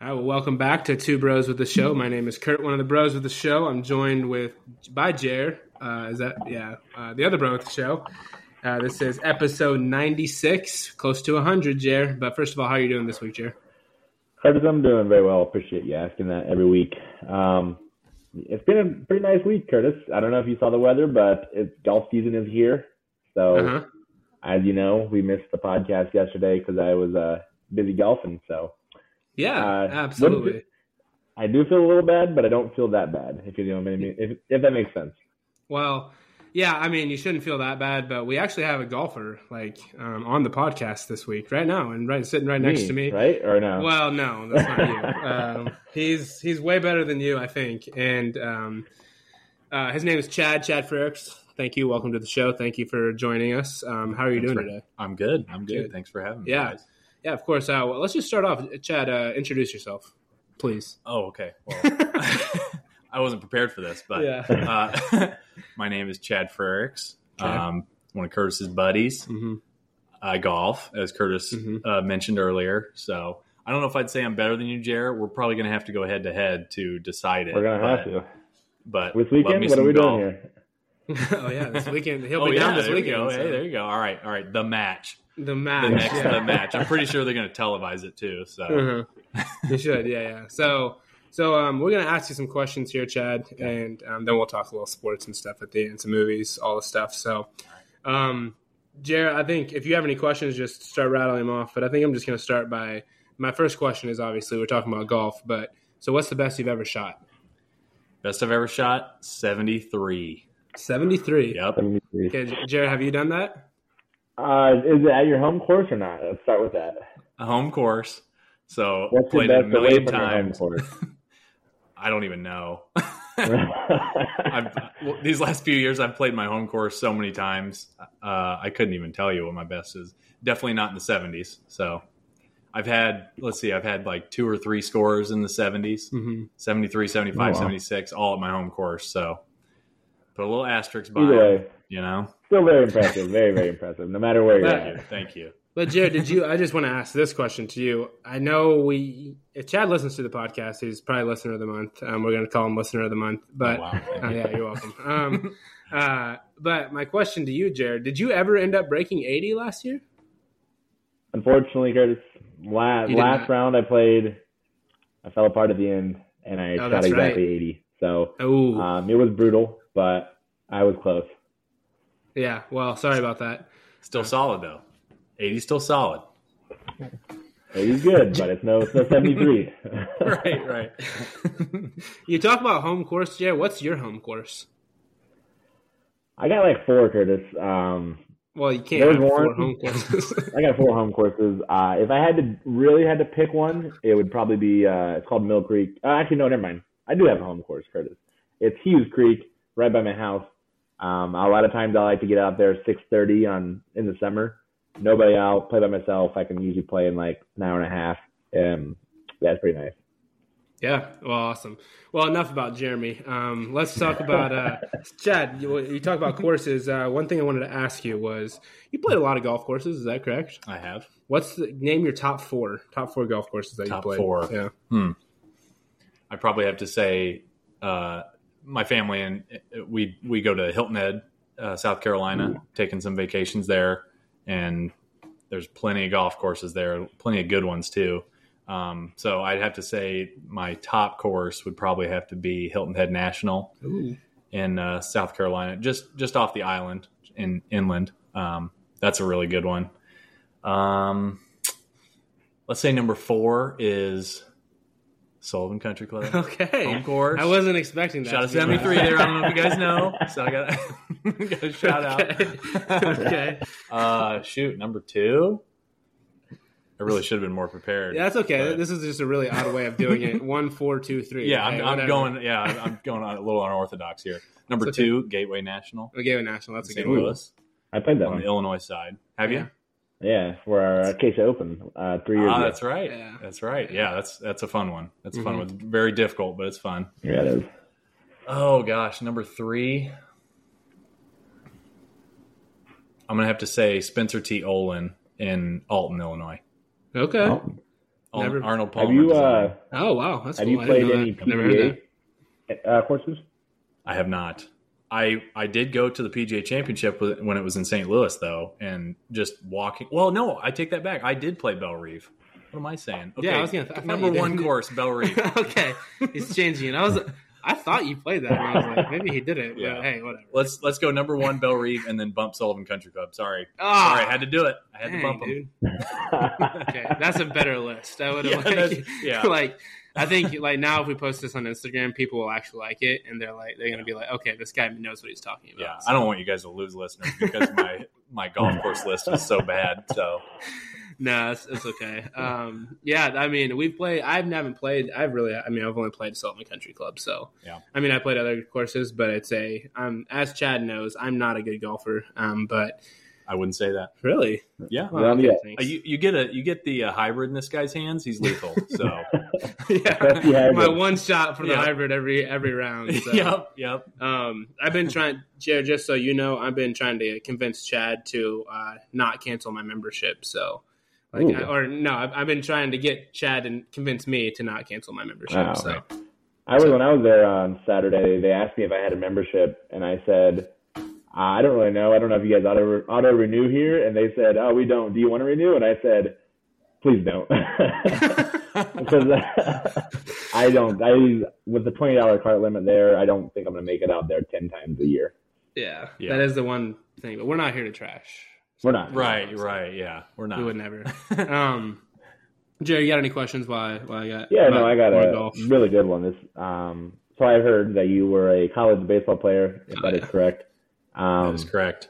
All right, well, welcome back to Two Bros with the Show. My name is Kurt, one of the bros with the show. I'm joined with by Jer. Uh, is that yeah? Uh, the other bro with the show. Uh, this is episode 96, close to 100, Jer. But first of all, how are you doing this week, Jer? I'm doing very well. Appreciate you asking that every week. Um, it's been a pretty nice week, Curtis. I don't know if you saw the weather, but it's golf season is here. So, Uh-huh. as you know, we missed the podcast yesterday because I was uh, busy golfing. So, Yeah, Uh, absolutely. what's I do feel a little bad, but I don't feel that bad. If you know what I mean, if, if that makes sense. Well, yeah, I mean, you shouldn't feel that bad, but we actually have a golfer like um, on the podcast this week, right now, and right sitting right next to me. right or no? Well, no, that's not you. Um, he's he's way better than you, I think. And um, uh, his name is Chad Chad Frericks. Thank you. Welcome to the show. Thank you for joining us. Um, how are you Thanks doing for- today? I'm good. I'm good. Good. Thanks for having me. Yeah. guys. Yeah, of course. Uh, well, let's just start off. Chad, uh, introduce yourself, please. Oh, okay. Well, I wasn't prepared for this, but uh, my name is Chad Frericks. Chad. Um, one of Curtis's buddies. hmm I golf, as Curtis Mhm. uh, mentioned earlier. So I don't know if I'd say I'm better than you, Jared. We're probably going to have to go head to head to decide it. We're gonna but, have to. But This love weekend, me what are some we golf. doing here? oh yeah, this weekend he'll oh, be yeah, down this there you weekend. go. Hey, so- there you go. All right, all right. The match. The match. The next yeah. the match. I'm pretty sure they're going to televise it too. So Uh-huh. you should, yeah, yeah. So, so um, we're gonna ask you some questions here, Chad, and um, then we'll talk a little sports and stuff at the end, some movies, all the stuff. So, um, Jared, I think if you have any questions, just start rattling them off. But I think I'm just gonna start by my first question is obviously we're talking about golf, but so what's the best you've ever shot? best I've ever shot, 73. Seventy three. Yep. Let me see. Okay, Jared, have you done that? Uh, is it at your home course or not? Let's start with that. a home course. So What's played your it a best away million from times. your home I don't even know. I've, course? well, these last few years, I've played my home course so many times. Uh, I couldn't even tell you what my best is. Definitely not in the seventies. So I've had, let's see, I've had like two or three scores in the seventies, Mm-hmm. 73, 75, Hmm. Oh, wow. 76, all at my home course. So put a little asterisk by Either it, way, you know? still very impressive. Very, very impressive. No matter where you're Thank at. you. Thank you. But Jared, did you? I just want to ask this question to you. I know we, if Chad listens to the podcast, he's probably listener of the month. Um, we're going to call him listener of the month. But wow. thank Oh, you. yeah, you're welcome. Um, uh, but my question to you, Jared, did you ever end up breaking 80 last year? Unfortunately, Curtis, la- You did last not. round I played, I fell apart at the end, and I shot Oh, that's exactly right. 80. So Oh, um, it was brutal, but I was close. yeah. Well, sorry about that. Still solid though. 80 still solid. 80's good, but it's no, it's no 73. Right, right. You talk about home course, Jared. What's your home course? I got like four, Curtis. Um, Well, you can't There's have four one. home courses. I got four home courses. Uh, if I had to really had to pick one, it would probably be uh, it's called Mill Creek. Uh, actually, no, never mind. I do have a home course, Curtis. It's Hughes Creek, right by my house. Um, a lot of times I like to get out there 6:30 on in the summer. Nobody out, play by myself. I can usually play in like an hour and a half. Um, that's pretty nice. yeah. Well, awesome. Well, enough about Jeremy. Um, let's talk about uh, Chad. You, you talk about courses. Uh, one thing I wanted to ask you was you played a lot of golf courses. Is that correct? I have. What's the name? Your top four, top four golf courses that Top you played. four. Yeah. I probably have to say uh, my family and uh, we we go to Hilton Head, uh, South Carolina, taking some vacations there, and there's plenty of golf courses there, plenty of good ones too. Um, so I'd have to say my top course would probably have to be Hilton Head National Ooh. in uh, South Carolina, just just off the island in inland. Um, that's a really good one. Um, let's say number four is Sullivan Country Club. Okay. Home course. I wasn't expecting that. Shot a to be honest. 73 there. I don't know if you guys know. So I got, got a shout out. okay. Uh, shoot, number two. I really should have been more prepared. Yeah, that's okay. But- This is just a really odd way of doing it. One, four, two, three. yeah, Hey, I'm, I'm whatever. going. Yeah, I'm I'm going on a little unorthodox here. Number It's okay. two, Gateway National, Okay, well, national. That's a St. good one. Louis, I played that on one. the Illinois side. Have Yeah. you? Yeah, for our uh, Acacia Open uh, three years Ah, ago. that's right. Yeah. That's right. Yeah, Mm-hmm. that's that's a fun one. That's a fun Mhm. one. It's very difficult, but it's fun. Yeah, it is. Oh gosh, number three. I'm gonna have to say Spencer T. Olin in Alton, Illinois. Okay. Oh, Ar- Never- Arnold Palmer. Have you design. uh, Oh wow, that's have cool. you I didn't played know any that. I've never heard PGA that. uh, courses? I have not. I I did go to the PGA Championship with- when it was in St. Louis though, and just walking. Well, no, I take that back. I did play Bell Reef. What am I saying? Yeah, I was gonna- I thought number you did. one course, Bell Reef. okay, he's changing it. I was, I thought you played that. And I was like, maybe he didn't. Yeah. But hey, whatever. let's let's go number one, Bell Reef, and then bump Sullivan Country Club. Sorry, Ah, sorry, I had to do it. I had dang, to bump them. dude. Okay, that's a better list. I would Yeah, have like, that's- yeah. like, I think like now if we post this on Instagram, people will actually like it, and they're like, they're gonna be like, okay, this guy knows what he's talking about. Yeah, I don't want you guys to lose listeners because my my golf course list is so bad. So no, it's, it's okay. Um, yeah, I mean, we play. I haven't played. I've really. I mean, I've only played Sullivan Country Club. So, Yeah. I mean, I played other courses, but it's a. Um, as Chad knows, I'm not a good golfer. Um, but I wouldn't say that. really, Yeah. Well, yeah. thanks. Uh, You, you get a you get the uh, hybrid in this guy's hands. He's lethal. So yeah. Especially hybrid. My one shot for the Yeah. hybrid every every round. So. yep, yep. Um, I've been trying, Jared. Just so you know, I've been trying to convince Chad to uh, not cancel my membership. So, like, Ooh. I, or no, I've, I've been trying to get Chad and convince me to not cancel my membership. Wow. So, I was when I was there on Saturday. They asked me if I had a membership, and I said, "I don't really know. I don't know if you guys auto auto renew here." And they said, "Oh, we don't. Do you want to renew?" And I said, "Please don't." because uh, I don't. I with the twenty dollar cart limit there, I don't think I'm gonna make it out there ten times a year. yeah, Yeah. that is the one thing. But we're not here to trash. We're not Right, right. Yeah, we're not. We would never. um, Jared, you got any questions? While I, while I got Yeah, no, about I got more a golf? really good one. This. Um, so I heard that you were a college baseball player. If Oh, that is yeah. correct. Um, That is correct.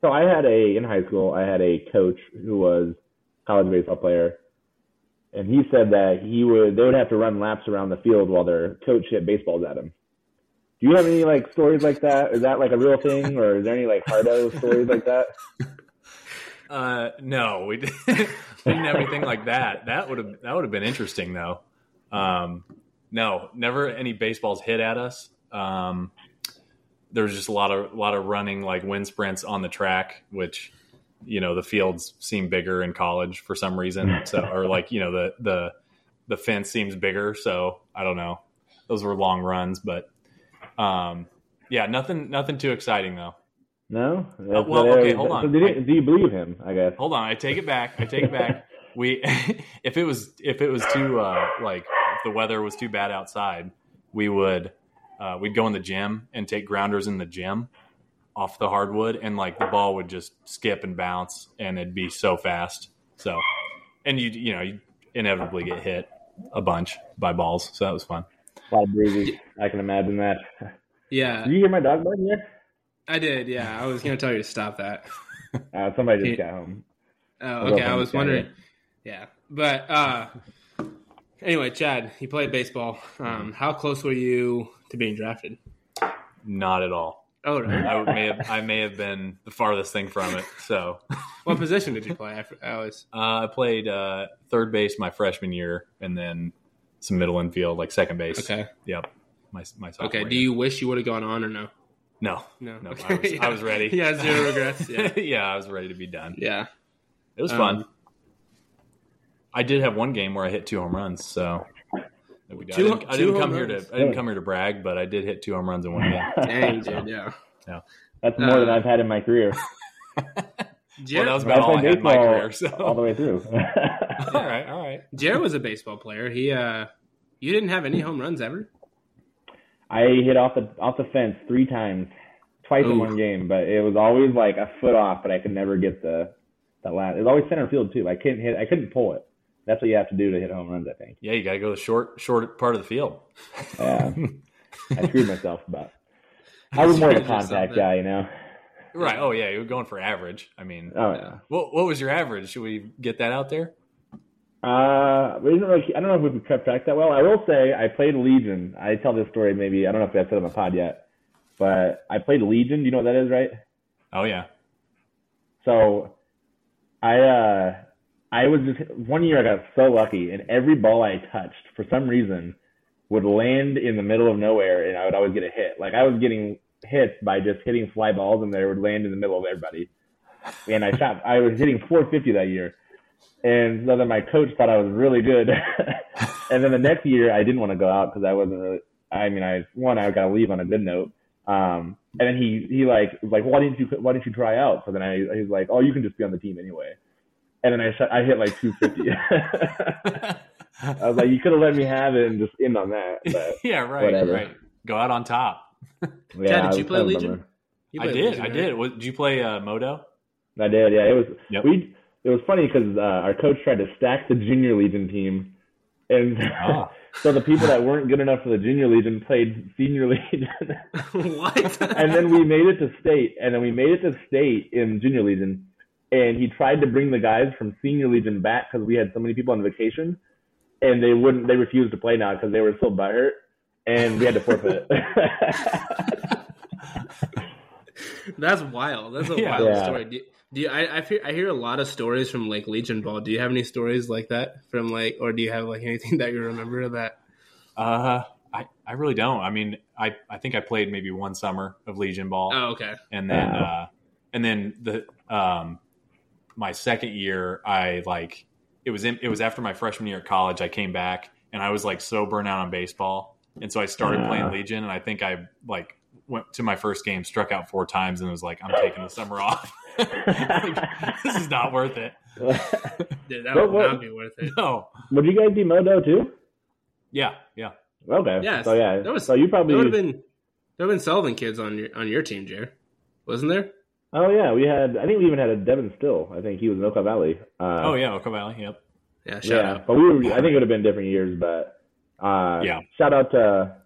So I had a in high school. I had a coach who was a college baseball player, and he said that he would they would have to run laps around the field while their coach hit baseballs at him. Do you have any like stories like that? Is that like a real thing, or is there any like hardo stories like that? Uh, no, we didn't, we didn't have anything like that. That would have that would have been interesting though. Um, no, never any baseballs hit at us. Um, there was just a lot of a lot of running like wind sprints on the track, which you know the fields seem bigger in college for some reason. So or like you know the the the fence seems bigger. So I don't know. Those were long runs, but um, yeah, nothing nothing too exciting though. No. That's- Uh, well, that- okay, hold on. Oh. So did it- do you believe him? I guess. Hold on, I take it back. I take it back. We, if it was, if it was too uh, like, if the weather was too bad outside, we would, uh, we'd go in the gym and take grounders in the gym off the hardwood, and like the ball would just skip and bounce, and it'd be so fast. So, and you, you know, you inevitably get hit a bunch by balls. So that was fun. Bob Breezy. I can imagine that. Yeah, Uh, Did you hear my dog barking there? I did. Yeah, I was gonna tell you to stop that. Uh, somebody just Yeah. got home. Oh, Although okay. I I'm was Chad, wondering. Yeah, but uh, anyway, Chad, you played baseball. Um, how close were you to being drafted? Not at all. Oh, really? I may have, I may have been the farthest thing from it. So what position did you play? I, f- I always. Uh, I played uh, third base my freshman year, and then some middle infield, like second base. Okay. Yep. My my sophomore Okay. Do year. you wish you would have gone on or no? No. No. No, Okay. I, was, I was ready. yeah. Zero regrets. Yeah. yeah, I was ready to be done. Yeah. It was Um, fun. I did have one game where I hit two home runs, so there we go. Two- I didn't, I two didn't home come here runs? to I didn't come here to brag, but I did hit two home runs in one game. Dang, dude. Yeah. That's more than Uh, I've had in my career. Jared, Well, that was But about I all I played had in my baseball career. all the So way through. all right, all right. Jared was a baseball player. He, uh, you didn't have any home runs ever. I hit off the off the fence three times, twice in Ooh. one game, but it was always like a foot off, but I could never get the the last. It was always center field too. I couldn't hit. I couldn't pull it. That's what you have to do to hit home runs, I think. Yeah, you got to go to the short short part of the field. Yeah, I screwed myself, but I was more of a Screwed yourself contact up. guy, you know. Right. Oh yeah, you were going for average. I mean, Oh yeah. What what was your average? Should we get that out there? Uh, we didn't really, I don't know if we've kept track that well. I will say I played Legion. I tell this story maybe I don't know if I've said it on the pod yet, but I played Legion. Do you know what that is, right? Oh yeah. So I uh I was just one year I got so lucky and every ball I touched for some reason would land in the middle of nowhere and I would always get a hit. Like I was getting hits by just hitting fly balls and they would land in the middle of everybody. And I shot I was hitting 450 that year. And so then my coach thought I was really good. and then the next year, I didn't want to go out because I wasn't really. I mean, I one, I got to leave on a good note. Um, and then he he like was like, why didn't you why didn't you try out? So then I he's like, oh, you can just be on the team anyway. And then I shot, I hit like 250. I was like, you could have let me have it and just end on that. But yeah, right, whatever. right. Go out on top. yeah, Chad, I did was you play kind of a Legion? bummer. You I played did. Legion, I right? did. What, did you play uh, Modo? I did. Yeah, it was. Yep. We. It was funny because uh, our coach tried to stack the junior legion team, and Oh. Ah. so the people that weren't good enough for the junior legion played senior legion, what? and then we made it to state, and then we made it to state in junior legion, and he tried to bring the guys from senior legion back because we had so many people on vacation, and they wouldn't. They refused to play now because they were so butthurt, and we had to forfeit. That's wild. That's a Yeah. wild Yeah. story. Do, do you, I, I hear I hear a lot of stories from like Legion Ball. Do you have any stories like that from like, or do you have like anything that you remember that? Uh, I, I really don't. I mean, I, I think I played maybe one summer of Legion Ball. Oh, okay. and then Wow. uh, and then the um, my second year I like it was in, it was after my freshman year at college I came back and I was like so burnt out on baseball and so I started Ah. playing Legion and I think I like went to my first game struck out four times and was like I'm taking the summer off Like, this is not worth it Dude, that would What- what- not be worth it. no Would you guys be Modo too? yeah yeah Okay. Yes. So yeah. There was- so you probably. There would have been there would have been Sullivan kids on your on your team, Jer, wasn't there? Oh yeah, we had. I think we even had a Devin Still. I think he was in Oka Valley. Uh, oh yeah Oka Valley yep Yeah, shout yeah. out. But we were. I think it would have been different years, but uh, Yeah. Shout out to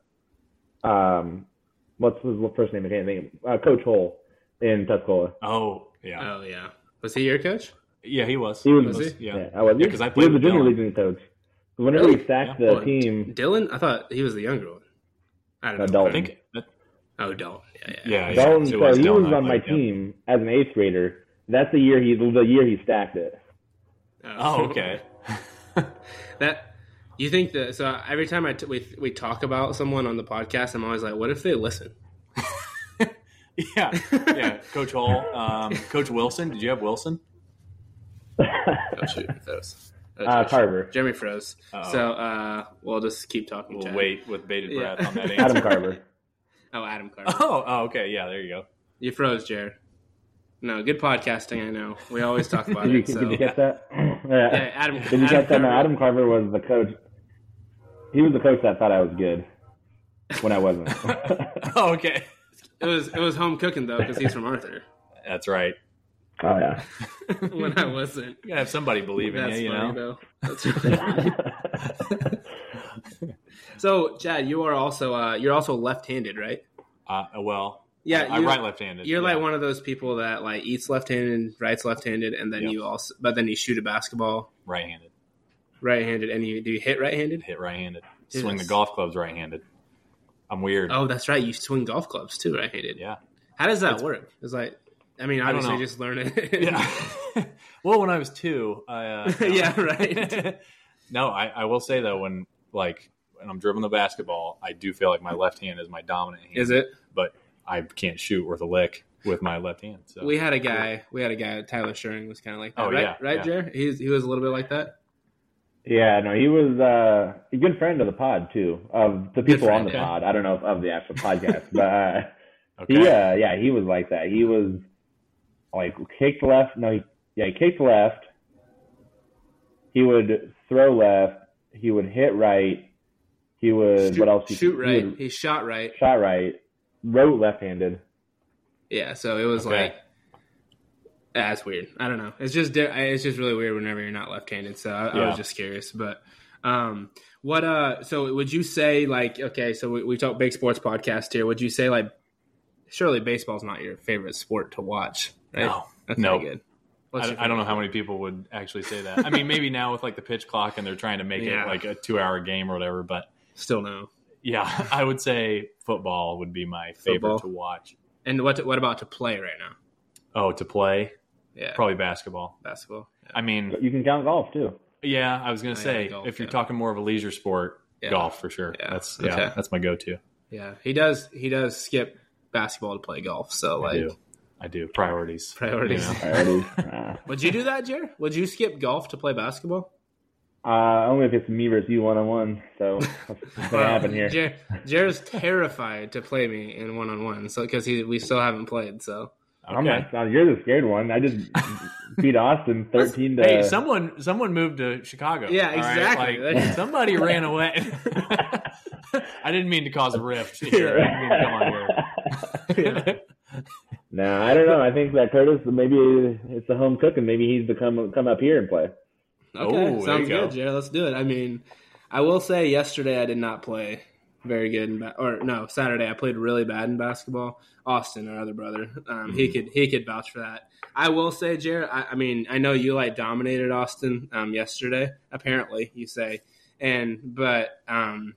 um, what's his first name? I can't think. Of, uh, Coach Hole in Tuscola. oh yeah Oh yeah, was he your coach? yeah he was He was- yeah. I was. Yeah, 'cause I he played was the with junior Dylan. legion coach. Whenever we stacked Yeah. the Well, team, Dylan, I thought he was the younger one. I don't know. Adult. I think uh, that, Oh, Dalton. Yeah, yeah. yeah, yeah Dalton, it so he Dylan was I on my played, yeah. team as an eighth grader. That's the year he the year he stacked it. oh okay that you think that? So every time I t- we we talk about someone on the podcast, I'm always like, what if they listen? Yeah, yeah. Coach Hall, um, Coach Wilson. Did you have Wilson? Oh shoot, those. Uh, Carver, Jeremy froze. Uh-oh. So uh, we'll just keep talking. We'll Chad. Oh. wait with bated Yeah. breath on that answer. Adam Carver. Oh, Adam Carver. Oh, oh, okay. Yeah, there you go. You froze, Jared. No, good podcasting. I know. We always talk about Did you, it. did So. you Yeah, get that? yeah, Adam. Did you catch that? No, Carver. Adam Carver was the coach. He was the coach that thought I was good when I wasn't. Oh, okay. It was it was home cooking though because he's from Arthur. That's right. oh yeah. when I wasn't. You gotta have somebody believe in That's you, you funny know. though. That's really- so, Chad, you are also uh, you're also left-handed, right? Uh, well, Yeah, I, I you- write left-handed. You're yeah. like one of those people that like eats left-handed, writes left-handed, and then Yep. you also, but then you shoot a basketball right-handed. right-handed, and you do you hit right-handed? Hit right-handed. Dude, Swing the that's- golf clubs right-handed. I'm weird. Oh, that's right. You swing golf clubs too, right-handed. Yeah. How does that work? It's like, I mean, I don't obviously, know. just learn it. Yeah. well, when I was two, I, uh, no. Yeah, right. no, I, I will say though, when like when I'm dribbling the basketball, I do feel like my left hand is my dominant hand. Is it? but I can't shoot worth a lick with my left hand. So We had a guy. We had a guy. Tyler Sherring was kind of like that. Oh, right, yeah, right, yeah. Jer. He's, he was a little bit like that. yeah, no, he was uh, a good friend of the pod too, of the people friend, on the yeah. pod. I don't know if of the actual podcast, but uh, okay. he, uh, yeah, he was like that. He was like kicked left. No, he, yeah, he kicked left. He would throw left. He would hit right. He would shoot, Uh, what else? shoot he, right. He He, would shot right. shot right. Wrote left-handed. Yeah, so it was Okay. like that's weird. I don't know. It's just di- I- it's just really weird whenever you're not left-handed. So I, I Yeah. was just curious, but um, what uh? So would you say like okay? So we we talk big sports podcast here. Would you say like surely baseball's not your favorite sport to watch? Right? No. That's No. not good. What's I, your I don't know how many people would actually say that. I mean, maybe now with like the pitch clock and they're trying to make Yeah. it like a two-hour game or whatever. But favorite? Still no. yeah, I would say football would be my favorite Football. to watch. And what what about to play right now? Oh, to play Yeah, probably basketball. basketball. I mean, You can count golf too. yeah, I was Oh, gonna yeah, say golf, if you're yeah. talking more of a leisure sport, Yeah. golf for sure. Yeah. That's yeah, Okay. that's my go-to. Yeah, he does. He does skip basketball to play golf. So I like, do. I do priorities. Priorities. You know? Priorities. uh, Would you do that, Jer? Would you skip golf to play basketball? uh, only if it's me versus you one on one. So what's gonna happen here? Jer, Jer is terrified to play me in one on one, so because he we still haven't played. So I'm not, not- You're the scared one. I just beat Austin thirteen to. Hey, someone someone moved to Chicago. Yeah, all right? exactly. Like, That's- somebody ran away. I didn't mean to cause a rift here. I didn't mean to come on here. no, I don't know. I think that Curtis maybe it's the home cook, and maybe he's to come come up here and play. okay, Oh, there sounds you go. good, Jer. Let's do it. I mean, I will say yesterday I did not play very good, in ba- or no, Saturday I played really bad in basketball. Austin, our other brother, um, Mm-hmm. he could he could vouch for that. I will say, Jer. I, I mean, I know you like dominated Austin um, yesterday. Apparently, you say, and but um,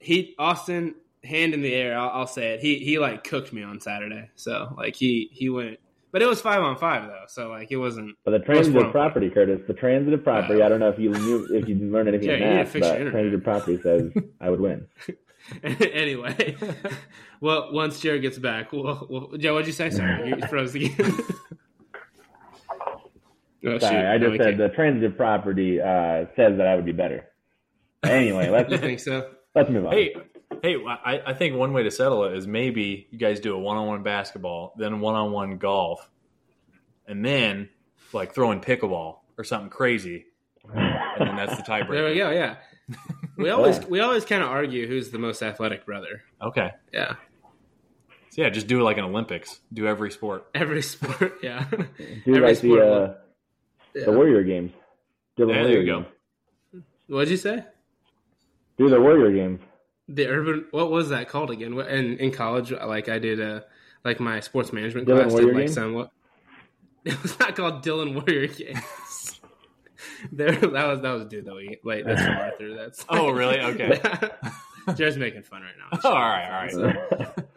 he Austin hand in the air. I'll, I'll say it. He he like cooked me on Saturday. So like he he went, but it was five on five though. So like it wasn't. But the What's transitive wrong? property, Curtis. The transitive property. I don't know if you knew if you learned anything Yeah, in you need to math, fix your but internet. transitive property says I would win. anyway, well, once Jared gets back, we'll, we'll, Joe, what'd you say? Sorry, you froze again. Oh, shoot. Sorry, I No, just we said can't. the transitive property uh, says that I would be better. Anyway, You let's think so? let's move on. Hey, hey, I, I think one way to settle it is maybe you guys do a one-on-one basketball, then one-on-one golf, and then like throwing pickleball or something crazy, and then that's the tiebreaker. There we go. Yeah, we always we always kind of argue who's the most athletic brother. Okay, Yeah, so yeah, just do it like an Olympics. Do every sport. every sport. Yeah, Do every like the sport. uh, Yeah. the Warrior games. Do the Yeah, there Warrior you go. games. What'd you say? Do the Warrior games. The urban. What was that called again? What- In in college, like I did a like my sports management Dylan class Warrior did like game? some what. It was not called Dylan Warrior games. there, that was that was dude that we like. That's from Arthur. That's Oh, really? Okay. Jared's making fun right now. Oh, all right, all right.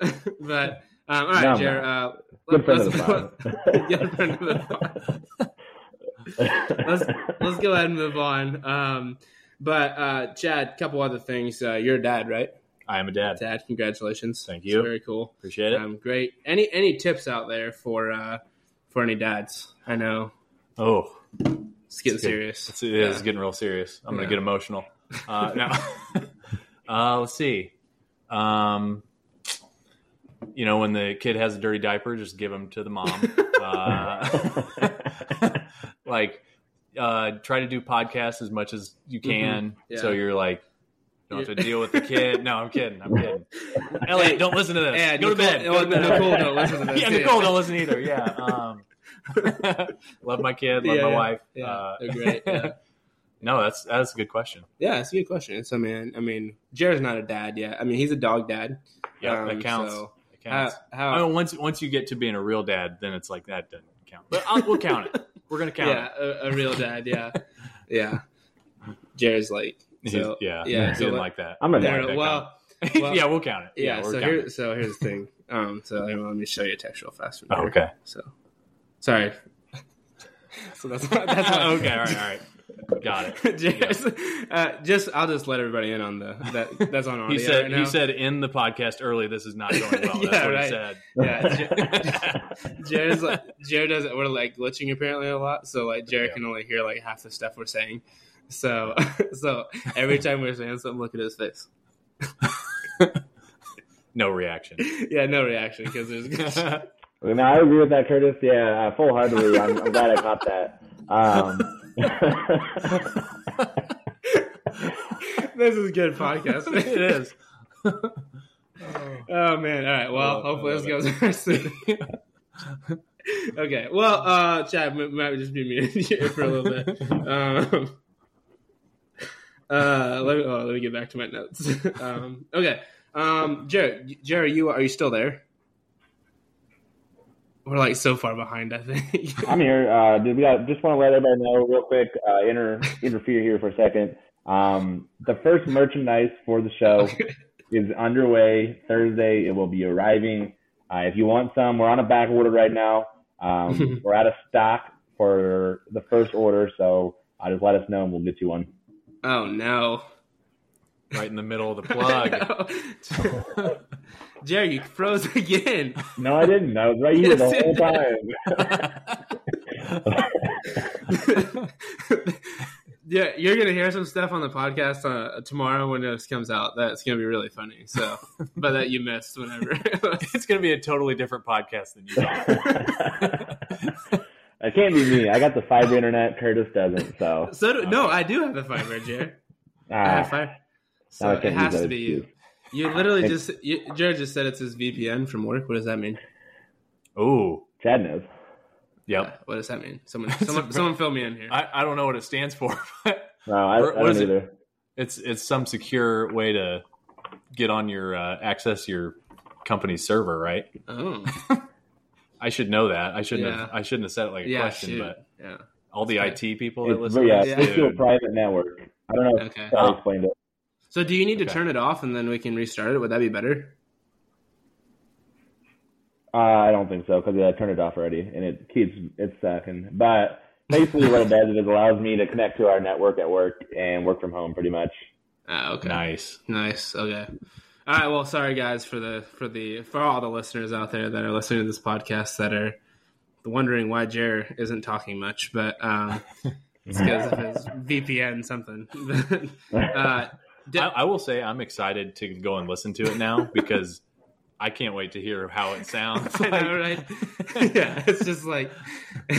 Oh. But um, all right, No, I'm Jared. Uh, Good friend of let's- the pod. Good friend of the pod let's let's go ahead and move on. Um, but uh, Chad, couple other things. Uh, you're a dad, right? I am a dad. Dad, congratulations. Thank It's you. very cool. Appreciate it. Um, great. Any any tips out there for uh, for any dads? I know Oh, it's getting It's good. serious. It's, it is Yeah. getting real serious. I'm Yeah. gonna get emotional. Uh, now, uh, let's see. Um, you know, when the kid has a dirty diaper, just give him to the mom. uh, like, uh, try to do podcasts as much as you can, so Mm-hmm. Yeah. you're like. you Don't have to Yeah. deal with the kid. No, I'm kidding. I'm kidding. Elliot, don't listen to this. Yeah, Go to Nicole- bed. oh, Go to bed. Nicole, don't listen to this. Yeah, Nicole, don't listen either. Yeah. Um, love my kid. Love Yeah, my yeah. wife. Yeah, Uh, they're great. Yeah. no, that's that's a good question. yeah, it's a good question. So, man, I mean, Jared's not a dad yet. I mean, he's a dog dad. Yeah, Um, that counts. so uh, That How, counts. how, I mean, once once you get to being a real dad, then it's like that doesn't count. But I'll, we'll count it. We're gonna count yeah, a, a real dad. Yeah, yeah. Jared's like, it. so, He's- yeah, yeah. he so didn't let- like that. I'm a there- that well, well- yeah, we'll count it. yeah. we're so counting here, it. so here's the thing. Um, so here, let me show you a text real fast. from Oh, here. okay. So, sorry. so that's my, that's my okay. All right. All right. Got it. Jared's- uh, just I'll just let everybody in on the that that's on audio. He said right now. he said in the podcast early, this is not going well. Yeah, That's what right. he said. yeah. Jer- Jared's like, Jared doesn't. We're like glitching apparently a lot, so like Jared can only hear like half the stuff we're saying. So so every time we're saying something, look at his face. No reaction. Yeah, no reaction because there's No, I agree with that, Curtis. Yeah, uh, full heartedly. I'm, I'm glad I caught that. Um, this is good podcasting. it is. Oh man! All right. Well, love- hopefully I this goes over soon. okay. Well, uh, Chad m- might just be muted here for a little bit. Um, uh, let me oh, let me get back to my notes. um, okay. Um, Jared, Jared, you are you still there? We're like so far behind. I think. I'm here. Uh, did we got, just want to let everybody know real quick. Uh, inter, interfere here for a second. Um, the first merchandise for the show is underway Thursday. It will be arriving. Uh, if you want some, we're on a back order right now. Um, we're out of stock for the first order, so uh, just let us know and we'll get you one. oh no. Right in the middle of the plug. Jerry, you froze again. No, I didn't. I was right here the Yes, whole you time. yeah, you're gonna hear some stuff on the podcast uh, tomorrow when this comes out. That's gonna be really funny. So, but that you missed whenever. it's going to be a totally different podcast than usual. that can't be me. I got the fiber internet. Curtis doesn't. So so do, no, I do have a fiber, Jerry. I have ah, fiber. now So I it can't use has that to be you. excuse. You literally just you, Jared just said it's his VPN from work. What does that mean? Ooh, Chad knows. yep. Uh, What does that mean? Someone, someone, someone, fill me in here. I, I don't know what it stands for, but No, I, What I don't is it? either. it's it's some secure way to get on your uh, access your company's server, right? Oh, I should know that. I shouldn't have. Yeah. I shouldn't have said it like a yeah, question, shoot. but yeah. all the That's IT people that It's, listen, but yeah, to yeah. this, it's still a dude, private network. I don't know Okay. if I explained it. So, do you need Okay. to turn it off and then we can restart it? Would that be better? Uh, I don't think so because I turned it off already, and it keeps it's sucking. But basically, what it does is it allows me to connect to our network at work and work from home, pretty much. Ah, okay. nice. Nice. Okay. All right. Well, sorry guys for the for the for all the listeners out there that are listening to this podcast that are wondering why Jer isn't talking much, but um, it's because of his VPN something. uh, I, I will say I'm excited to go and listen to it now because I can't wait to hear how it sounds. I know, right? yeah, it's just like,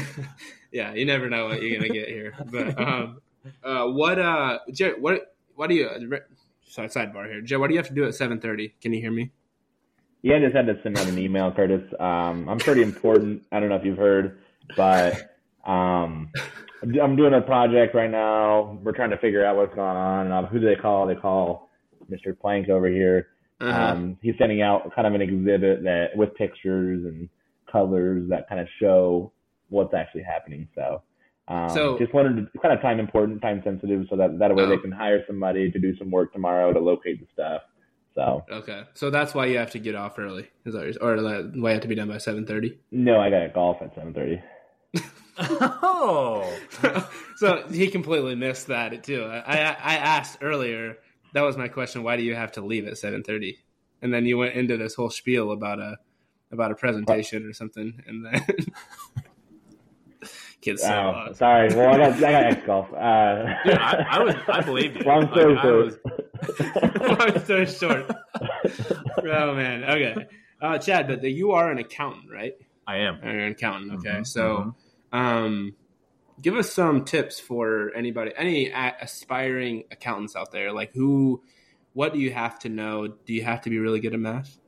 yeah, you never know what you're gonna get here. But um, uh, what, uh, Jer, what, what do you? Sorry, sidebar here, Jer. What do you have to do at seven thirty? Can you hear me? Yeah, I just had to send out an email, Curtis. Um, I'm pretty important. I don't know if you've heard, but um, I'm doing a project right now. We're trying to figure out what's going on. And uh, who do they call? They call Mr. Plank over here. Uh-huh. Um, he's sending out kind of an exhibit that with pictures and colors that kind of show what's actually happening. So, um, So- just wanted to kind of time important, time sensitive, so that that way they Oh. can hire somebody to do some work tomorrow to locate the stuff. So, Okay, so that's why you have to get off early, is that your- or like, why you have to be done by seven thirty. no, I got a golf at 7:30. oh, so he completely missed that too. I, I I asked earlier. That was my question. Why do you have to leave at seven thirty? And then you went into this whole spiel about a about a presentation or something, and then kids. so Oh, lost. sorry. Well, I got I got ex golf. Uh, uh, Dude, I, I was. I believe you. Long Like, story I short. was- Long story short. oh man. Okay. Uh, Chad, but the, you are an accountant, right? I am. You're an accountant. Okay. Mhm, So, um, give us some tips for anybody, any a- aspiring accountants out there. Like, who, what do you have to know? Do you have to be really good at math?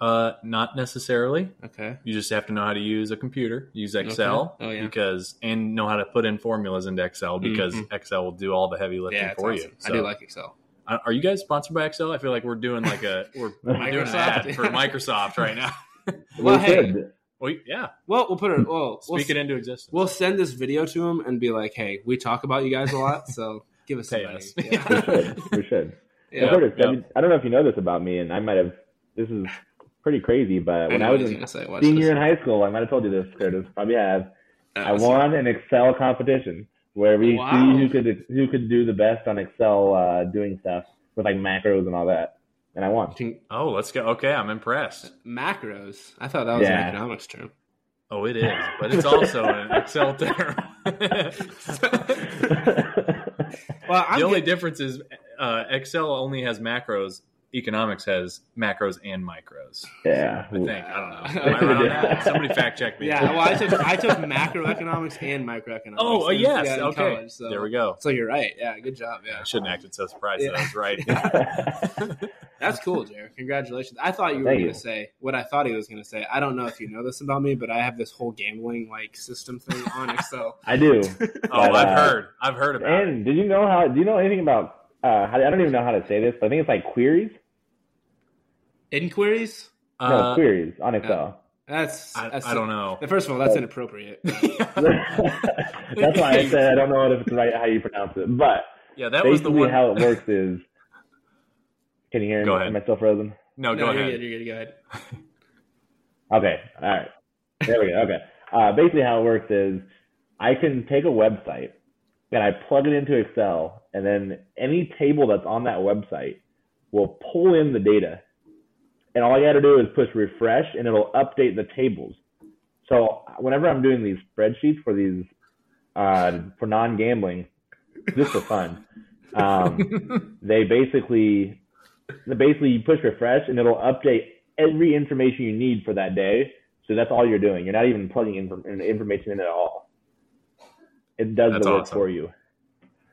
Uh, not necessarily. Okay. You just have to know how to use a computer, use Excel, Oh, yeah. because and know how to put in formulas into Excel because Excel will do all the heavy lifting Mm-hmm. Yeah, it's for you. awesome. I do like Excel. I- are you guys sponsored by Excel? I feel like we're doing like a we're, we're doing an Microsoft. ad for Microsoft right now. Well, we hey, should. Well, yeah, well, we'll put it. Well, we'll, speak it into existence. we'll send this video to him and be like, "Hey, we talk about you guys a lot, so give us some Pay money." us. We Yeah. should. We should. Yeah. Curtis, I, Yeah. mean, I don't know if you know this about me, and I might have. This is pretty crazy, but when know I what was he's in gonna say. Watch senior this. in high school, I might have told you this, Curtis. Probably have. Uh, I won an Excel competition where we Wow. see who could who could do the best on Excel uh, doing stuff with like macros and all that, and I won. Oh, let's go. Okay, I'm impressed. uh, macros. I thought that was Yeah. an economics term. Oh, it is, but it's also an Excel term. the Well, I'm only difference is uh, Excel only has macros. Economics has macros and micros. yeah, I think I don't know. Am I Wow. right on that? Somebody fact check me. Yeah, well, I took I took macroeconomics and microeconomics. Oh, uh, in- yes. yeah, in okay. college, so. There we go. So you're right. Yeah, good job. Yeah, I shouldn't have acted so surprised that I was right. that's cool, Jared. Congratulations. I thought you were Thank going you. to say what I thought he was going to say. I don't know if you know this about me, but I have this whole gambling like system thing on Excel. I do. Oh, But, I've uh, heard. I've heard about it. And did you know how? Do you know anything about? Uh, how, I don't even know how to say this, but I think it's like queries. Inquiries? No, Uh, queries on Excel. That's, I, that's I don't know. First of all, that's inappropriate. That's why I said I don't know if it's right how you pronounce it, but yeah, that was the basically one. how it works is. Can you hear me? Go ahead. Am I still frozen? no, no, go you're ahead. good. You're good. Go ahead. Okay. All right. There we go. Okay. Uh, basically, how it works is I can take a website and I plug it into Excel, and then any table that's on that website will pull in the data and all you got to do is push refresh, and it'll update the tables. So whenever I'm doing these spreadsheets for these uh, for non gambling, just for fun, um, they basically they basically you push refresh, and it'll update every information you need for that day. So that's all you're doing. You're not even plugging in, information in at all. It does That's the work awesome. for you.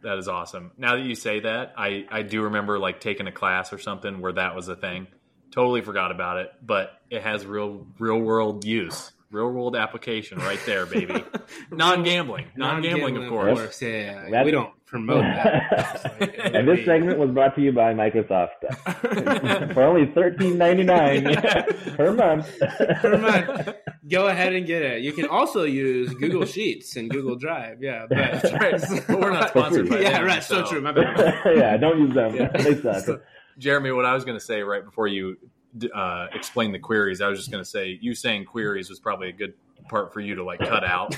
That is awesome. Now that you say that, I, I do remember like taking a class or something where that was a thing. Totally forgot about it, but it has real real world use, real world application right there, baby. non gambling, non gambling, of course. course. Yeah, yeah, yeah. That's- we don't promote that. and this segment was brought to you by Microsoft for only thirteen ninety nine per month. Never mind. Go ahead and get it. You can also use Google Sheets and Google Drive. Yeah, but, That's right. But we're not sponsored by yeah, them, right. So, so- true. My bad. yeah, don't use them. They suck. Jeremy, what I was going to say right before you d- uh, explained the queries, I was just going to say you saying queries was probably a good part for you to like cut out.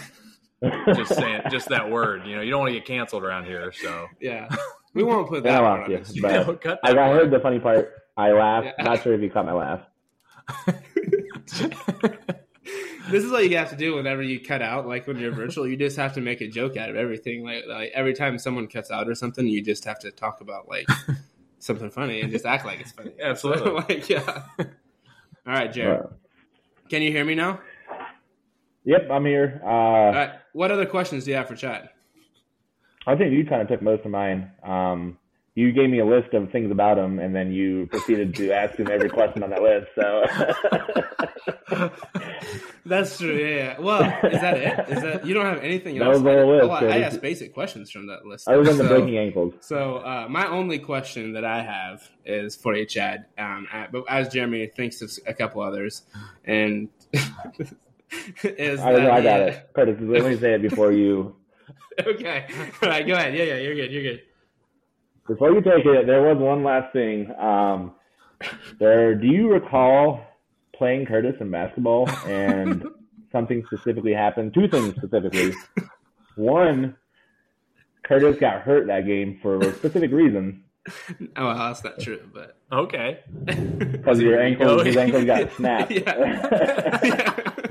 just saying, just that word. You know, you don't want to get canceled around here, so Yeah, we won't put I that one laughed, on. yes, Instagram. but No, cut I, that I word. heard the funny part. I laughed. Yeah. Not sure if you caught my laugh. This is what you have to do whenever you cut out. Like when you're virtual, you just have to make a joke out of everything. Like, like every time someone cuts out or something, you just have to talk about like something funny and just act like it's funny. Absolutely. like yeah. All right, Jared. Can you hear me now? Yep, I'm here. Uh, All right. What other questions do you have for Chad? I think you kind of took most of mine. Um, you gave me a list of things about him, and then you proceeded to ask him every question on that list. So That's true. Yeah. yeah. Well, is that it? Is that you don't have anything That else? was the whole list, Oh, I, dude. I asked basic questions from that list. other than the So- breaking ankles, So uh, my only question that I have is for you, Chad. Um, uh, but as Jeremy thinks of a couple others, and is I, don't know, that I got he- it. Curtis, let me say it before you Okay, all right, go ahead. Yeah, yeah, you're good. You're good. before you take it. There was one last thing. Um, there, do you recall playing Curtis in basketball and something specifically happened? Two things specifically. One, Curtis got hurt that game for a specific reason. Oh, well, that's not true, but okay. Because your There you ankle, go. his ankle got snapped.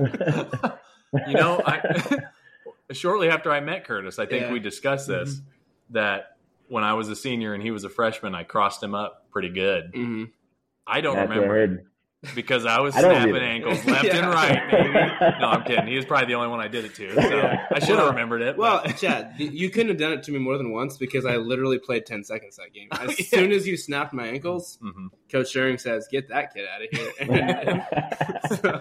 you know, I, shortly after I met Curtis, I think Yeah. we discussed this Mm-hmm. that when I was a senior and he was a freshman, I crossed him up pretty good. hmm I don't That's what I remember heard. because I was I don't snapping either. ankles left Yeah. and right. Baby. No, I'm kidding. He was probably the only one I did it to. So Yeah. I should have Well- remembered it. well, but- Chad, y- you couldn't have done it to me more than once because I literally played ten seconds that game. As soon as you snapped my ankles, Mhm. Coach Sherring says, "Get that kid out of here."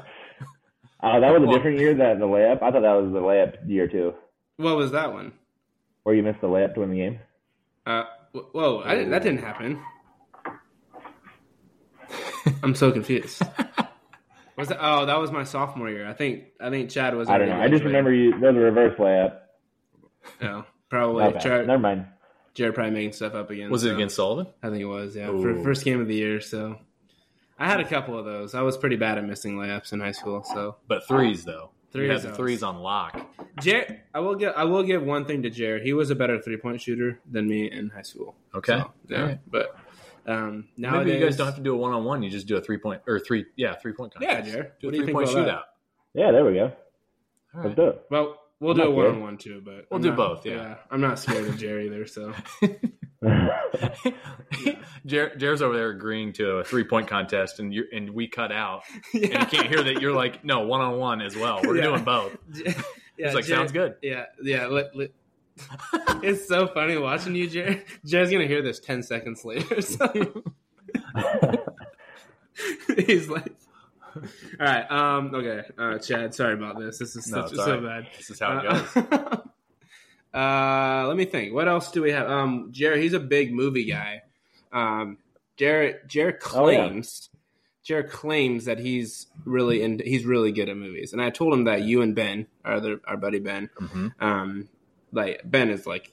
Oh, Uh, that was a Well- different year that the layup. I thought that was the layup year too, what was that one? where you missed the layup to win the game. Uh, wh- whoa, I didn't, that didn't happen. I'm so confused. Was that, oh, that was my sophomore year. I think I think Chad was. I don't know. I just remember you. There was a reverse layup. No, probably Not bad. Jared, Never mind. Jared probably making stuff up again. was it so- against Sullivan? I think it was. Yeah, Ooh. for first game of the year. So I had a couple of those. I was pretty bad at missing layups in high school. So But threes Oh. though. Three Threes, had the I was- threes on lock. Jared, I will give I will give one thing to Jared. He was a better three point shooter than me in high school. Okay. So, yeah, All right. but um, nowadays Maybe you guys don't have to do a one on one. You just do a three point or three. Yeah, three point contest. Yeah, Jared. Do What do a you three think point about shootout. that? Yeah, there we go. All Let's right. do it. Well, we'll do not a scared. one on one too, but We'll I'm do not- both, yeah. I'm not scared of Jerry either, so Jer- Jer's over there agreeing to a three point contest, and you and we cut out, and you can't hear that you're like, no, one on one as well. We're Yeah. doing both. yeah, He's like, Jer- sounds good. Yeah, yeah. Li- li- it's so funny watching you, Jerry. Jerry's gonna hear this ten seconds later. So he's like, "All right, um, okay, uh, Chad. Sorry about this. This is No, such, it's all so right. bad. This is how it goes. Uh, uh, let me think. What else do we have? Um, Jared, he's a big movie guy. Um, Jared, Jared Oh, yeah. claims, Jared claims that he's really in, he's really good at movies. And I told him that you and Ben, our other, our buddy Ben, Mhm. um, like Ben is like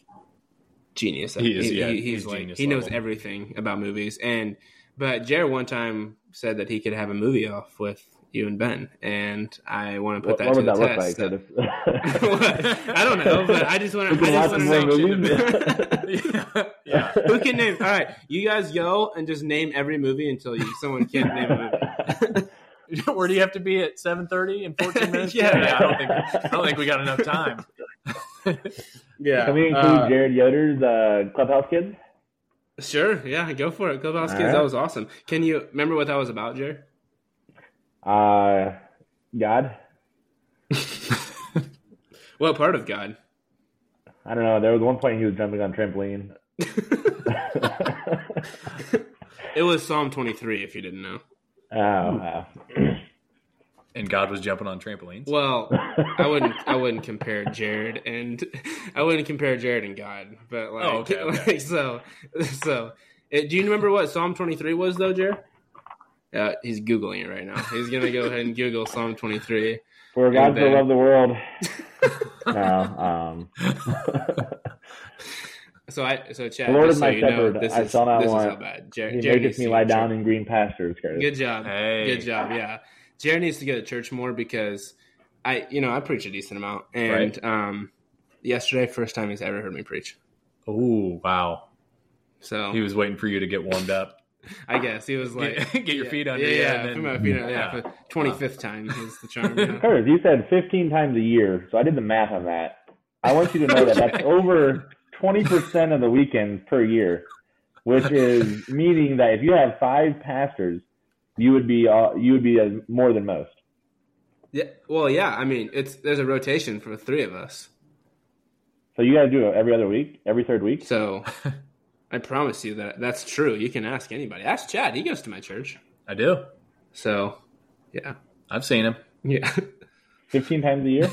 genius. He is, yeah, he's, he's like genius he knows level. everything about movies. And but Jared one time said that he could have a movie off with you and Ben, and I want to put what, that what to the test. Like, that... I don't know, but I just want to. I just want to yeah. yeah. Who can name? All right, you guys go and just name every movie until you someone can't name a movie. Where do you have to be at seven thirty in fourteen minutes? yeah. yeah, I don't think I don't think we got enough time. yeah, can we include uh, Jared Yoder's uh, Clubhouse Kids? Sure, yeah, go for it. Clubhouse All Kids, right. that was awesome. Can you remember what that was about, Jared? Uh, God. what part of God? I don't know. There was one point he was jumping on trampoline. it was Psalm 23, if you didn't know. Oh, wow. And God was jumping on trampolines. Well, I wouldn't. I wouldn't compare Jared and I wouldn't compare Jared and God. But like, oh, okay, okay. like so, so. It, do you remember what Psalm 23 was though, Jared? Uh, he's googling it right now. He's gonna go ahead and Google Psalm 23. For God so loved the world. no, um. so I so Chad, Lord is so my you shepherd. Know, this I is, shall not this want. Is how bad. Jer- he Jared maketh me lie down in green pastures. Curtis. Good job. Hey. Good job. Yeah, Jared needs to go to church more because I you know I preach a decent amount and right. um yesterday first time he's ever heard me preach. Oh wow! So he was waiting for you to get warmed up. I guess he was like, "Get your yeah, feet under." Yeah, you yeah. Then, my feet under. Yeah, twenty fifth time is the charm. Yeah. Curtis, you said fifteen times a year, so I did the math on that. I want you to know that that's over twenty percent of the weekends per year, which is meaning that if you have five pastors, you would be all, you would be uh, more than most. Yeah. Well, yeah. I mean, it's there's a rotation for three of us. So you got to do it every other week, every third week. So I promise you that that's true. You can ask anybody. Ask Chad. He goes to my church. I do. So, yeah. I've seen him. Yeah. 15 times a year?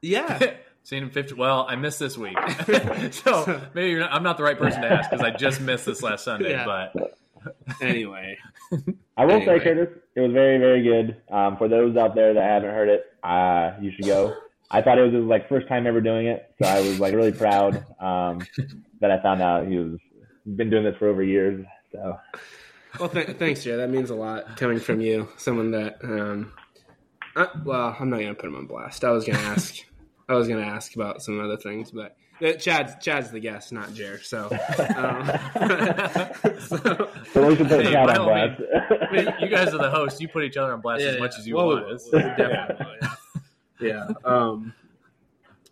yeah. seen him 50. Well, I missed this week. so, maybe not, I'm not the right person to ask because I just missed this last Sunday. Yeah. But anyway. I will anyway. say, Curtis, it was very, very good. Um, for those out there that haven't heard it, uh, you should go. I thought it was his like first time ever doing it, so I was like really proud um, that I found out he was been doing this for over years. So, well, th- thanks, Jay. That means a lot coming from you, someone that. Um, I, well, I'm not gonna put him on blast. I was gonna ask. I was gonna ask about some other things, but uh, Chad's Chad's the guest, not Jer. So, um, so, so we should put hey, Chad on blast. Mean, you guys are the hosts. You put each other on blast yeah, as much yeah. as you well, want. Well, yeah. yeah. Um,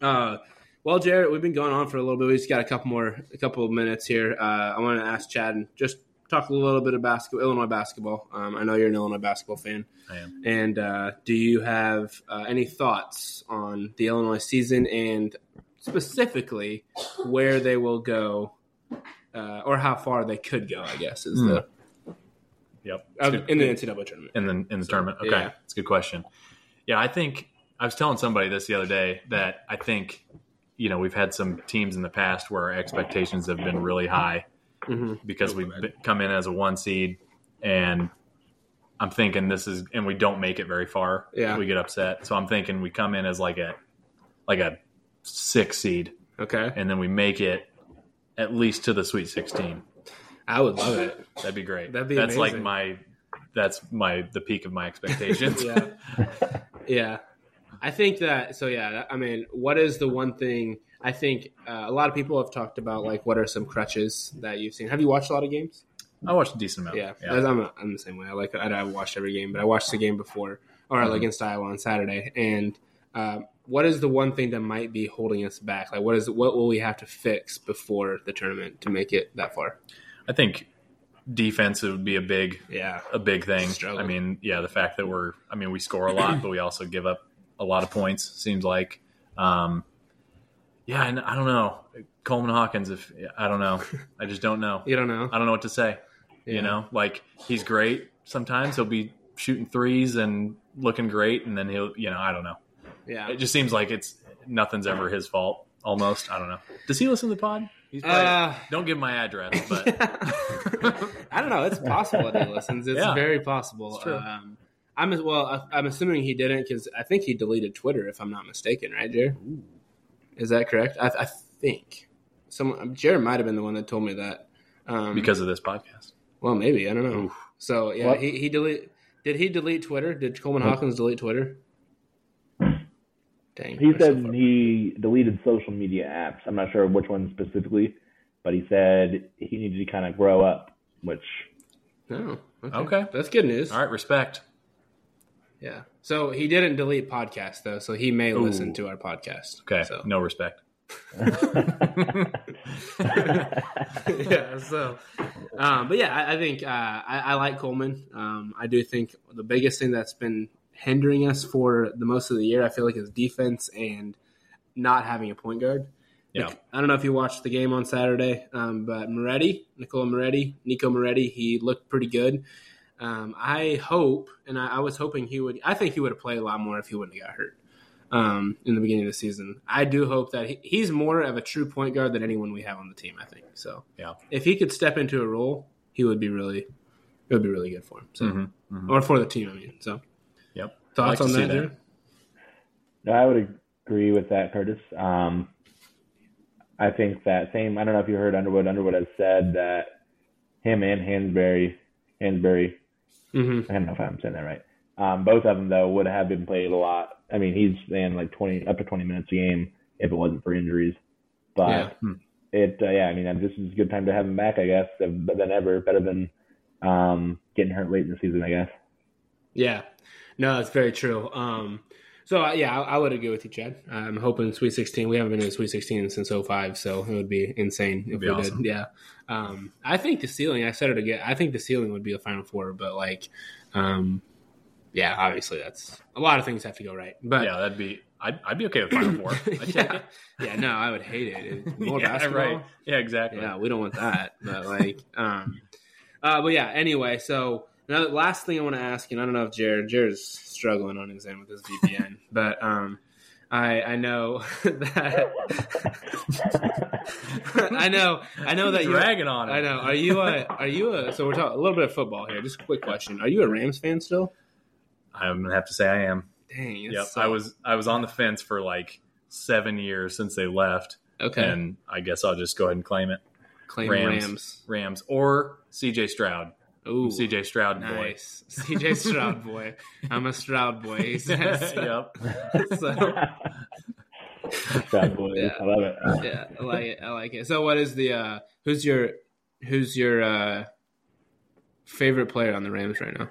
uh, well, Jared, we've been going on for a little bit. We just got a couple more, a couple of minutes here. Uh, I want to ask Chad and just talk a little bit of basketball, Illinois basketball. Um, I know you're an Illinois basketball fan. I am. And uh, do you have uh, any thoughts on the Illinois season and specifically where they will go uh, or how far they could go? I guess is mm. the yep in the NCAA tournament. In the in the so, tournament. Okay, yeah. that's a good question. Yeah, I think I was telling somebody this the other day that I think you know we've had some teams in the past where our expectations have been really high mm-hmm. because we've been, come in as a one seed and i'm thinking this is and we don't make it very far yeah we get upset so i'm thinking we come in as like a like a six seed okay and then we make it at least to the sweet 16 i would love it that'd be great that'd be that's amazing. like my that's my the peak of my expectations yeah yeah I think that so yeah. I mean, what is the one thing I think uh, a lot of people have talked about? Like, what are some crutches that you've seen? Have you watched a lot of games? I watched a decent amount. Yeah, yeah. I'm, a, I'm the same way. I like I, I watched every game, but I watched the game before or mm-hmm. like against Iowa on Saturday. And uh, what is the one thing that might be holding us back? Like, what is what will we have to fix before the tournament to make it that far? I think defense would be a big yeah a big thing. I mean, yeah, the fact that we're I mean we score a lot, but we also give up a lot of points. Seems like, um, yeah, and I don't know Coleman Hawkins. If I don't know, I just don't know. you don't know. I don't know what to say. Yeah. You know, like he's great. Sometimes he'll be shooting threes and looking great, and then he'll, you know, I don't know. Yeah, it just seems like it's nothing's ever his fault. Almost, I don't know. Does he listen to the pod? He's probably, uh, don't give my address, but I don't know. It's possible that he listens. It's yeah. very possible. It's um, I'm as well. I'm assuming he didn't because I think he deleted Twitter, if I'm not mistaken, right, Jared? Ooh. Is that correct? I, I think someone Jared might have been the one that told me that um, because of this podcast. Well, maybe I don't know. Oof. So yeah, what? he, he deleted. Did he delete Twitter? Did Coleman Hawkins delete Twitter? Dang. He we're so said far- he deleted social media apps. I'm not sure which one specifically, but he said he needed to kind of grow up, which No. Oh, Okay. Okay. That's good news. All right, respect. Yeah. So he didn't delete podcast though, so he may Ooh. listen to our podcast. Okay, So. no respect. yeah. So, um, but yeah, I, I think uh, I, I like Coleman. Um, I do think the biggest thing that's been hindering us for the most of the year, I feel like, is defense and not having a point guard. Yeah. Like, I don't know if you watched the game on Saturday, um, but Moretti, Nicola Moretti, Nico Moretti, he looked pretty good. Um, I hope, and I, I was hoping he would. I think he would have played a lot more if he wouldn't have got hurt um, in the beginning of the season. I do hope that he, he's more of a true point guard than anyone we have on the team. I think so. Yeah. If he could step into a role, he would be really, it would be really good for him. So, Mhm, mhm. or for the team. I mean, so Yep. thoughts I'd like on to see that, that. Jared? no, I would agree with that, Curtis. Um, I think that same. I don't know if you heard Underwood. Underwood has said that him and Hansberry, Hansberry, Mm-hmm. I don't know if I'm saying that right. Um, both of them though would have been played a lot. I mean, he's saying like 20 up to 20 minutes a game if it wasn't for injuries. But Yeah. Hmm. it, uh, yeah, I mean, this is a good time to have him back, I guess, than than ever. Better than um, getting hurt late in the season, I guess. Yeah. No, it's very true. Um, so uh, yeah, I, I would agree with you, Chad. I'm hoping Sweet 16. We haven't been in Sweet 16 since 05, so it would be insane if be we awesome. did. Yeah. Um, I think the ceiling. I said it again. I think the ceiling would be the Final Four, but like, um, yeah, obviously that's a lot of things have to go right. But Yeah, that'd be. I'd, I'd be okay with Final Four. I'd take yeah, it. yeah, no, I would hate it. It's More yeah, basketball. right. Yeah, exactly. Yeah, we don't want that. But like, um, uh, but yeah. Anyway, so now the last thing I want to ask, and I don't know if Jared Jared's struggling on his end with his VPN, but um, I I know that I know I know that you. dragging on it. I know. Are you a? Are you a? So we're talking a little bit of football here. Just a quick question. Are you a Rams fan still? I'm gonna have to say I am. Dang. that Yep. sucks. I was I was on the fence for like seven years since they left, okay. and I guess I'll just go ahead and claim it. Claim Rams. Rams. Rams or CJ Stroud. Ooh. I'm CJ Stroud boy. Nice. CJ Stroud boy. I'm a Stroud boy. he says. yep. So- Bad boys. Yeah. I love it. yeah, I like it. I like it. So, what is the uh, who's your who's your uh, favorite player on the Rams right now?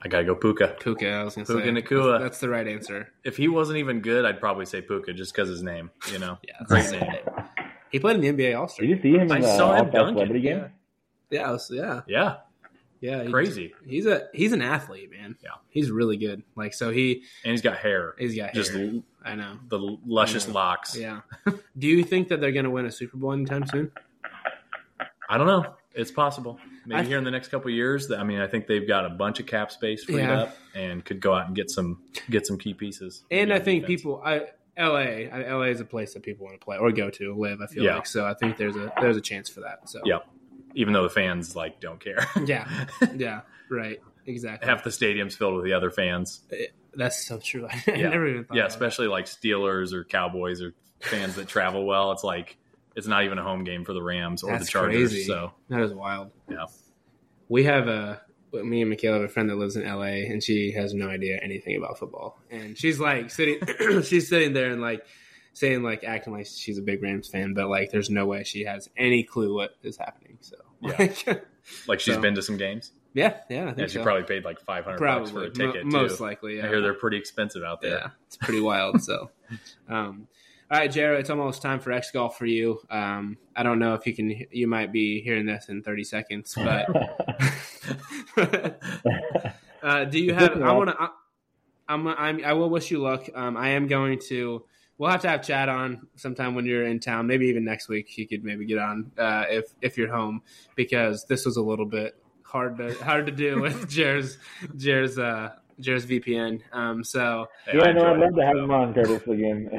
I gotta go Puka. Puka. I was gonna Puka say Nakua. That's the right answer. If he wasn't even good, I'd probably say Puka just because his name. You know. Yeah, that's Great the right name. He played in the NBA All Star. Did you see him I in the saw him All-Star dunk it, Celebrity game? Yeah, I was- yeah, Yeah. yeah. he- Crazy. He's a he's an athlete, man. Yeah. he's really good. Like so, he And he's got hair. he's got Just hair. l- I know. the luscious Yeah. locks. Yeah. Do you think that they're gonna win a Super Bowl anytime soon? I don't know. It's possible. Maybe I- here in the next couple of years. I mean, I think they've got a bunch of cap space freed Yeah. up and could go out and get some get some key pieces. And Maybe I on think defense. people, I LA, I, LA is a place that people want to play or go to live. I feel Yeah. like so. I think there's a there's a chance for that. So Yeah. even though the fans like don't care. yeah, yeah, right, exactly. Half the stadium's filled with the other fans. That's so true. I Yeah. never even thought. yeah, about that. especially like Steelers or Cowboys or fans that travel well. It's like it's not even a home game for the Rams or That's the Chargers. crazy. So that is wild. Yeah. we have a me and Michaela have a friend that lives in LA, and she has no idea anything about football. And she's like sitting, she's sitting there and like saying like acting like she's a big Rams fan, but like there's no way she has any clue what is happening. So yeah, like she's So- been to some games. yeah, yeah. I think And she so. probably paid like five hundred bucks for a Mo- ticket too. most likely. Yeah. I hear they're pretty expensive out there. Yeah, it's pretty wild. So, um, all right, Jared, it's almost time for X golf for you. Um, I don't know if you can, you might be hearing this in 30 seconds, but uh, do you have? I want to. I'm, I'm. I will wish you luck. Um, I am going to. We'll have to have Chad on sometime when you're in town. Maybe even next week you could maybe get on uh, if if you're home because this was a little bit hard to hard to do with Jared's Jared's uh, Jared's VPN. Um, so Hey, Yeah, I no, I'd enjoyed it. love to have him on, Curtis, again.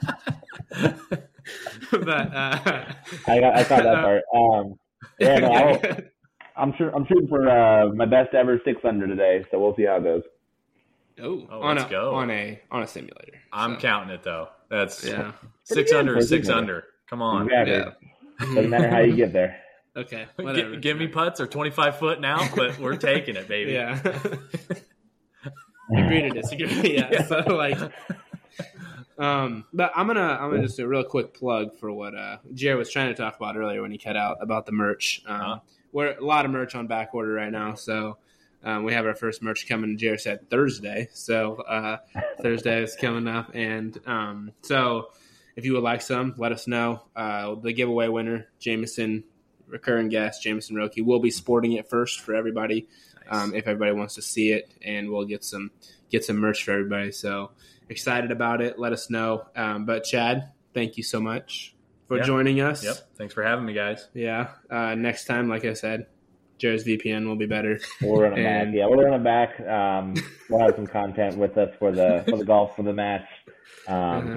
but uh, I, I saw that part. Um, yeah, no, I'll, I'm sure. I'm shooting for uh, my best ever six under today, so we'll see how it goes. oh, Oh, on let's a go. on a on a simulator. I'm So, counting it though. That's yeah, six good under, for is six Sigma. under. Come on. Exactly. yeah. Doesn't matter how you get there. Okay, whatever. Give, give me putts or 25 foot now, but we're taking it, baby. yeah. Agree to disagree. Yeah. Yeah. So like, um, but I'm gonna I'm gonna just do a real quick plug for what uh Jared was trying to talk about earlier when he cut out about the merch. Um, Uh-huh. We're a lot of merch on back order right now, so. Um, we have our first merch coming. Jared said Thursday, so uh, Thursday is coming up, and um, so if you would like some, let us know. Uh, the giveaway winner, Jameson, recurring guest, Jameson Roki, will be sporting it first for everybody um, if everybody wants to see it, and we'll get some get some merch for everybody. So excited about it! Let us know. Um, but Chad, thank you so much for Yeah. joining us. Yep. Thanks for having me, guys. Yeah. Uh, next time, like I said, Jared's VPN will be better. We'll run it back. And- Yeah, we'll run it back. Um, we'll have some content with us for the for the golf for the match. Um,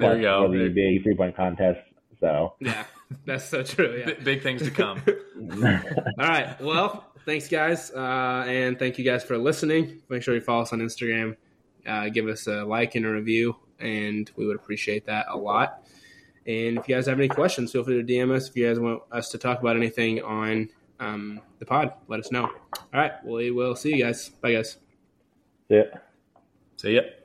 There plus you go. For the big three point contest. So Yeah, that's so true. Yeah. B- big things to come. All right. Well, thanks, guys. Uh, and thank you guys for listening. Make sure you follow us on Instagram. Uh, give us a like and a review, and we would appreciate that a lot. And if you guys have any questions, feel free to DM us. If you guys want us to talk about anything on um, the pod, let us know. All right. We will see you guys. Bye, guys. yeah. so, yep.